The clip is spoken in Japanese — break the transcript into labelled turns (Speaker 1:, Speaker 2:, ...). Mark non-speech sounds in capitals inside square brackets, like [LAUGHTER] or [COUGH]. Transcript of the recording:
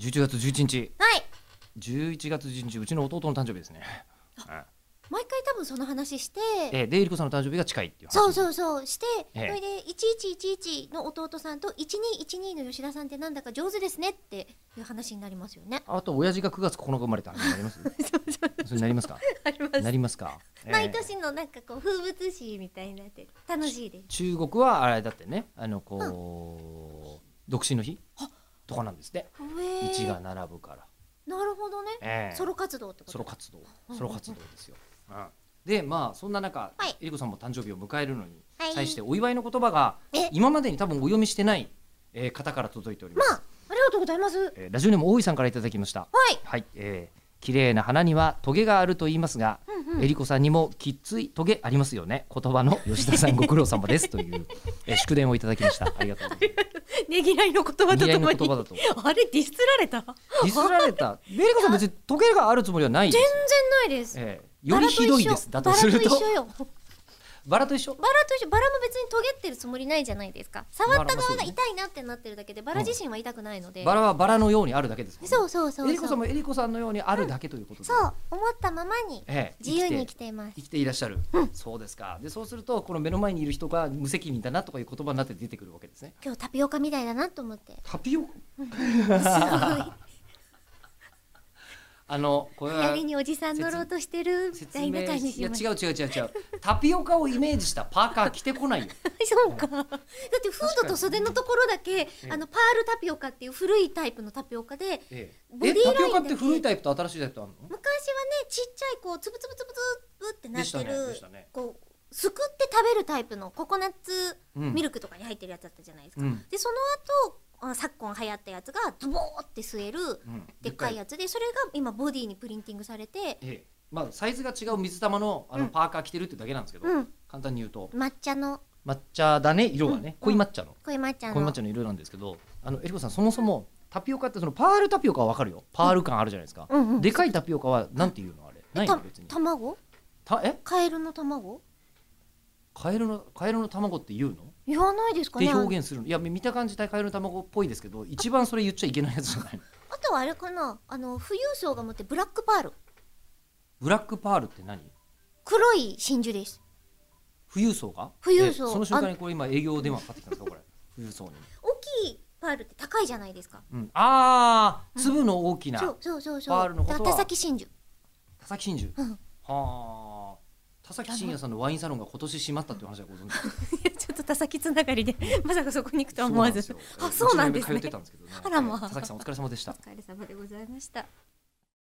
Speaker 1: 11月11日
Speaker 2: はい
Speaker 1: 11月11日うちの弟の誕生日ですねはい
Speaker 2: 毎回多分その話して
Speaker 1: えーでえりこさんの誕生日が近いっていう話
Speaker 2: そうそうそうして、
Speaker 1: ええ
Speaker 2: それで1111の弟さんと1212の吉田さんってなんだか上手ですねっていう話になりますよね。
Speaker 1: あと親父が9月9日生まれた話になります [LAUGHS] それなり
Speaker 2: [LAUGHS]
Speaker 1: ますか
Speaker 2: あります
Speaker 1: なりますか、えー
Speaker 2: 毎年のなんかこう風物詩みたいになって楽しいです。
Speaker 1: 中国はあれだってねあのこう、独身の日とかなんですって
Speaker 2: へえ
Speaker 1: 道が並ぶから、
Speaker 2: なるほどね、
Speaker 1: ええ
Speaker 2: ソロ活動ってこと
Speaker 1: ソロ活動
Speaker 2: うん
Speaker 1: ソロ活動ですよ、うんでまあそんな中、
Speaker 2: はい
Speaker 1: えりこさんも誕生日を迎えるのに
Speaker 2: はい
Speaker 1: 際してお祝いの言葉が
Speaker 2: え
Speaker 1: 今までに多分お読みしてない、えー方から届いております、
Speaker 2: まあありがとうございます。はい
Speaker 1: えーラジオネーム大井さんからいただきましたはい、えー綺麗な花にはトゲがあると言いますが、
Speaker 2: うんうん
Speaker 1: えりこさんにもきっついトゲありますよね。言葉
Speaker 2: [LAUGHS]
Speaker 1: の吉田さんご苦労様ですという、えー祝電をいただきました。ありがとうございま
Speaker 2: ねぎらいの言葉
Speaker 1: す。
Speaker 2: と
Speaker 1: 似合
Speaker 2: と
Speaker 1: い
Speaker 2: も
Speaker 1: の
Speaker 2: に
Speaker 1: 言葉だと。
Speaker 2: あれディスられた全
Speaker 1: ディスられた。えりこさん別にトゲがあるつもりはないですよ。
Speaker 2: 然ないです。
Speaker 1: えーよりひどいです。だとすると
Speaker 2: バラと一緒よ。
Speaker 1: バラと一緒。
Speaker 2: バラと一緒バラも別にとげってるつもりないじゃないですか触った
Speaker 1: バラもそ
Speaker 2: 側
Speaker 1: う
Speaker 2: が
Speaker 1: ね
Speaker 2: 痛いなってなってるだけでバラ自身は痛くないので、
Speaker 1: バラはバラのようにあるだけですもんね。
Speaker 2: そうそうそう
Speaker 1: えりこ
Speaker 2: そ
Speaker 1: さん
Speaker 2: う
Speaker 1: もえりこさんのようにあるだけということです。
Speaker 2: そう思ったままに
Speaker 1: ええ
Speaker 2: 自由
Speaker 1: 生
Speaker 2: に生
Speaker 1: き
Speaker 2: き
Speaker 1: て
Speaker 2: ています
Speaker 1: 生きていらっしゃる、そうですかでそうするとこの目の前にいる人が無責任だなとかいう言葉になって出てくるわけですね
Speaker 2: 今日タピオカみたいだなと
Speaker 1: [LAUGHS]
Speaker 2: 思って
Speaker 1: タピオカ
Speaker 2: す
Speaker 1: [LAUGHS]
Speaker 2: ご
Speaker 1: あのこれ
Speaker 2: い
Speaker 1: は
Speaker 2: 槍におじさん乗ろうとしてるみ
Speaker 1: 説
Speaker 2: たい
Speaker 1: 明
Speaker 2: な感じ
Speaker 1: しい
Speaker 2: し
Speaker 1: や
Speaker 2: まし
Speaker 1: 違う違う違う違うタピオカをイメージしたパーカー着てこない
Speaker 2: [LAUGHS]
Speaker 1: よ
Speaker 2: たそうかだってフードと袖のところだけ
Speaker 1: え
Speaker 2: あのパールタピオカっていう古いタイプのタピオカで
Speaker 1: ええ
Speaker 2: ボディーライン
Speaker 1: えタピオカって
Speaker 2: だけ
Speaker 1: 古いタイプと新しいタイプとあるの
Speaker 2: 昔はねちっちゃいこうつぶつぶつぶつぶってな
Speaker 1: で
Speaker 2: っ
Speaker 1: した
Speaker 2: て
Speaker 1: ね
Speaker 2: る、
Speaker 1: でしたね
Speaker 2: こうすくって食べるタイプのココナッツ
Speaker 1: うん
Speaker 2: ミルクとかに入ってるやつだったじゃないですか、
Speaker 1: うん
Speaker 2: でその後あ昨今流行ったやつがズボーって吸える、
Speaker 1: ん
Speaker 2: でっかいやつでそれが今ボディにプリンティングされて
Speaker 1: ええまあサイズが違う水玉のあの
Speaker 2: うん
Speaker 1: パーカー着てるってだけなんですけど、
Speaker 2: うん
Speaker 1: 簡単に言うと
Speaker 2: 抹茶の
Speaker 1: 抹茶だね色がね、
Speaker 2: うん
Speaker 1: 濃い抹茶の
Speaker 2: これ抹茶の
Speaker 1: 濃い抹茶の色なんですけどあのえりこさんそもそもタピオカってそのパールタピオカはわかるよパール感あるじゃないですか、
Speaker 2: うんうん
Speaker 1: でかいタピオカはなんていうのあれないの
Speaker 2: た
Speaker 1: 別に
Speaker 2: 卵
Speaker 1: たえ
Speaker 2: カエルの卵
Speaker 1: カエルのカエルの卵って言うの
Speaker 2: 言わないですか
Speaker 1: って
Speaker 2: ね
Speaker 1: 表現するのいや見た感じ大会の卵っぽいですけど一番それ言っちゃいけないやつじゃないの
Speaker 2: あとはあれかなあの富裕層が持ってブラックパール
Speaker 1: ブラックパールって何
Speaker 2: 黒い真珠です
Speaker 1: 富裕層が
Speaker 2: 富裕層
Speaker 1: えその瞬間にこれ今営業電話かかってきたんですかこれ富裕層に、
Speaker 2: 大きいパールって高いじゃないですか
Speaker 1: うん、あー粒の大きな
Speaker 2: そうそうそうそう
Speaker 1: パールのことは
Speaker 2: だ手先真珠
Speaker 1: 田崎真珠、
Speaker 2: うん
Speaker 1: はあ田崎真也さんのワインサロンが今年閉まったっていう話はご存知ですか
Speaker 2: いや [LAUGHS] ちょっと田先つながりでまさかそこに行くとは思わず
Speaker 1: そうなんですよ
Speaker 2: あそうなんです
Speaker 1: う
Speaker 2: ね
Speaker 1: ちの嫁通ってたんですけどね
Speaker 2: あらまあ
Speaker 1: 田崎さんお疲れ様でした
Speaker 2: お疲れ様でございました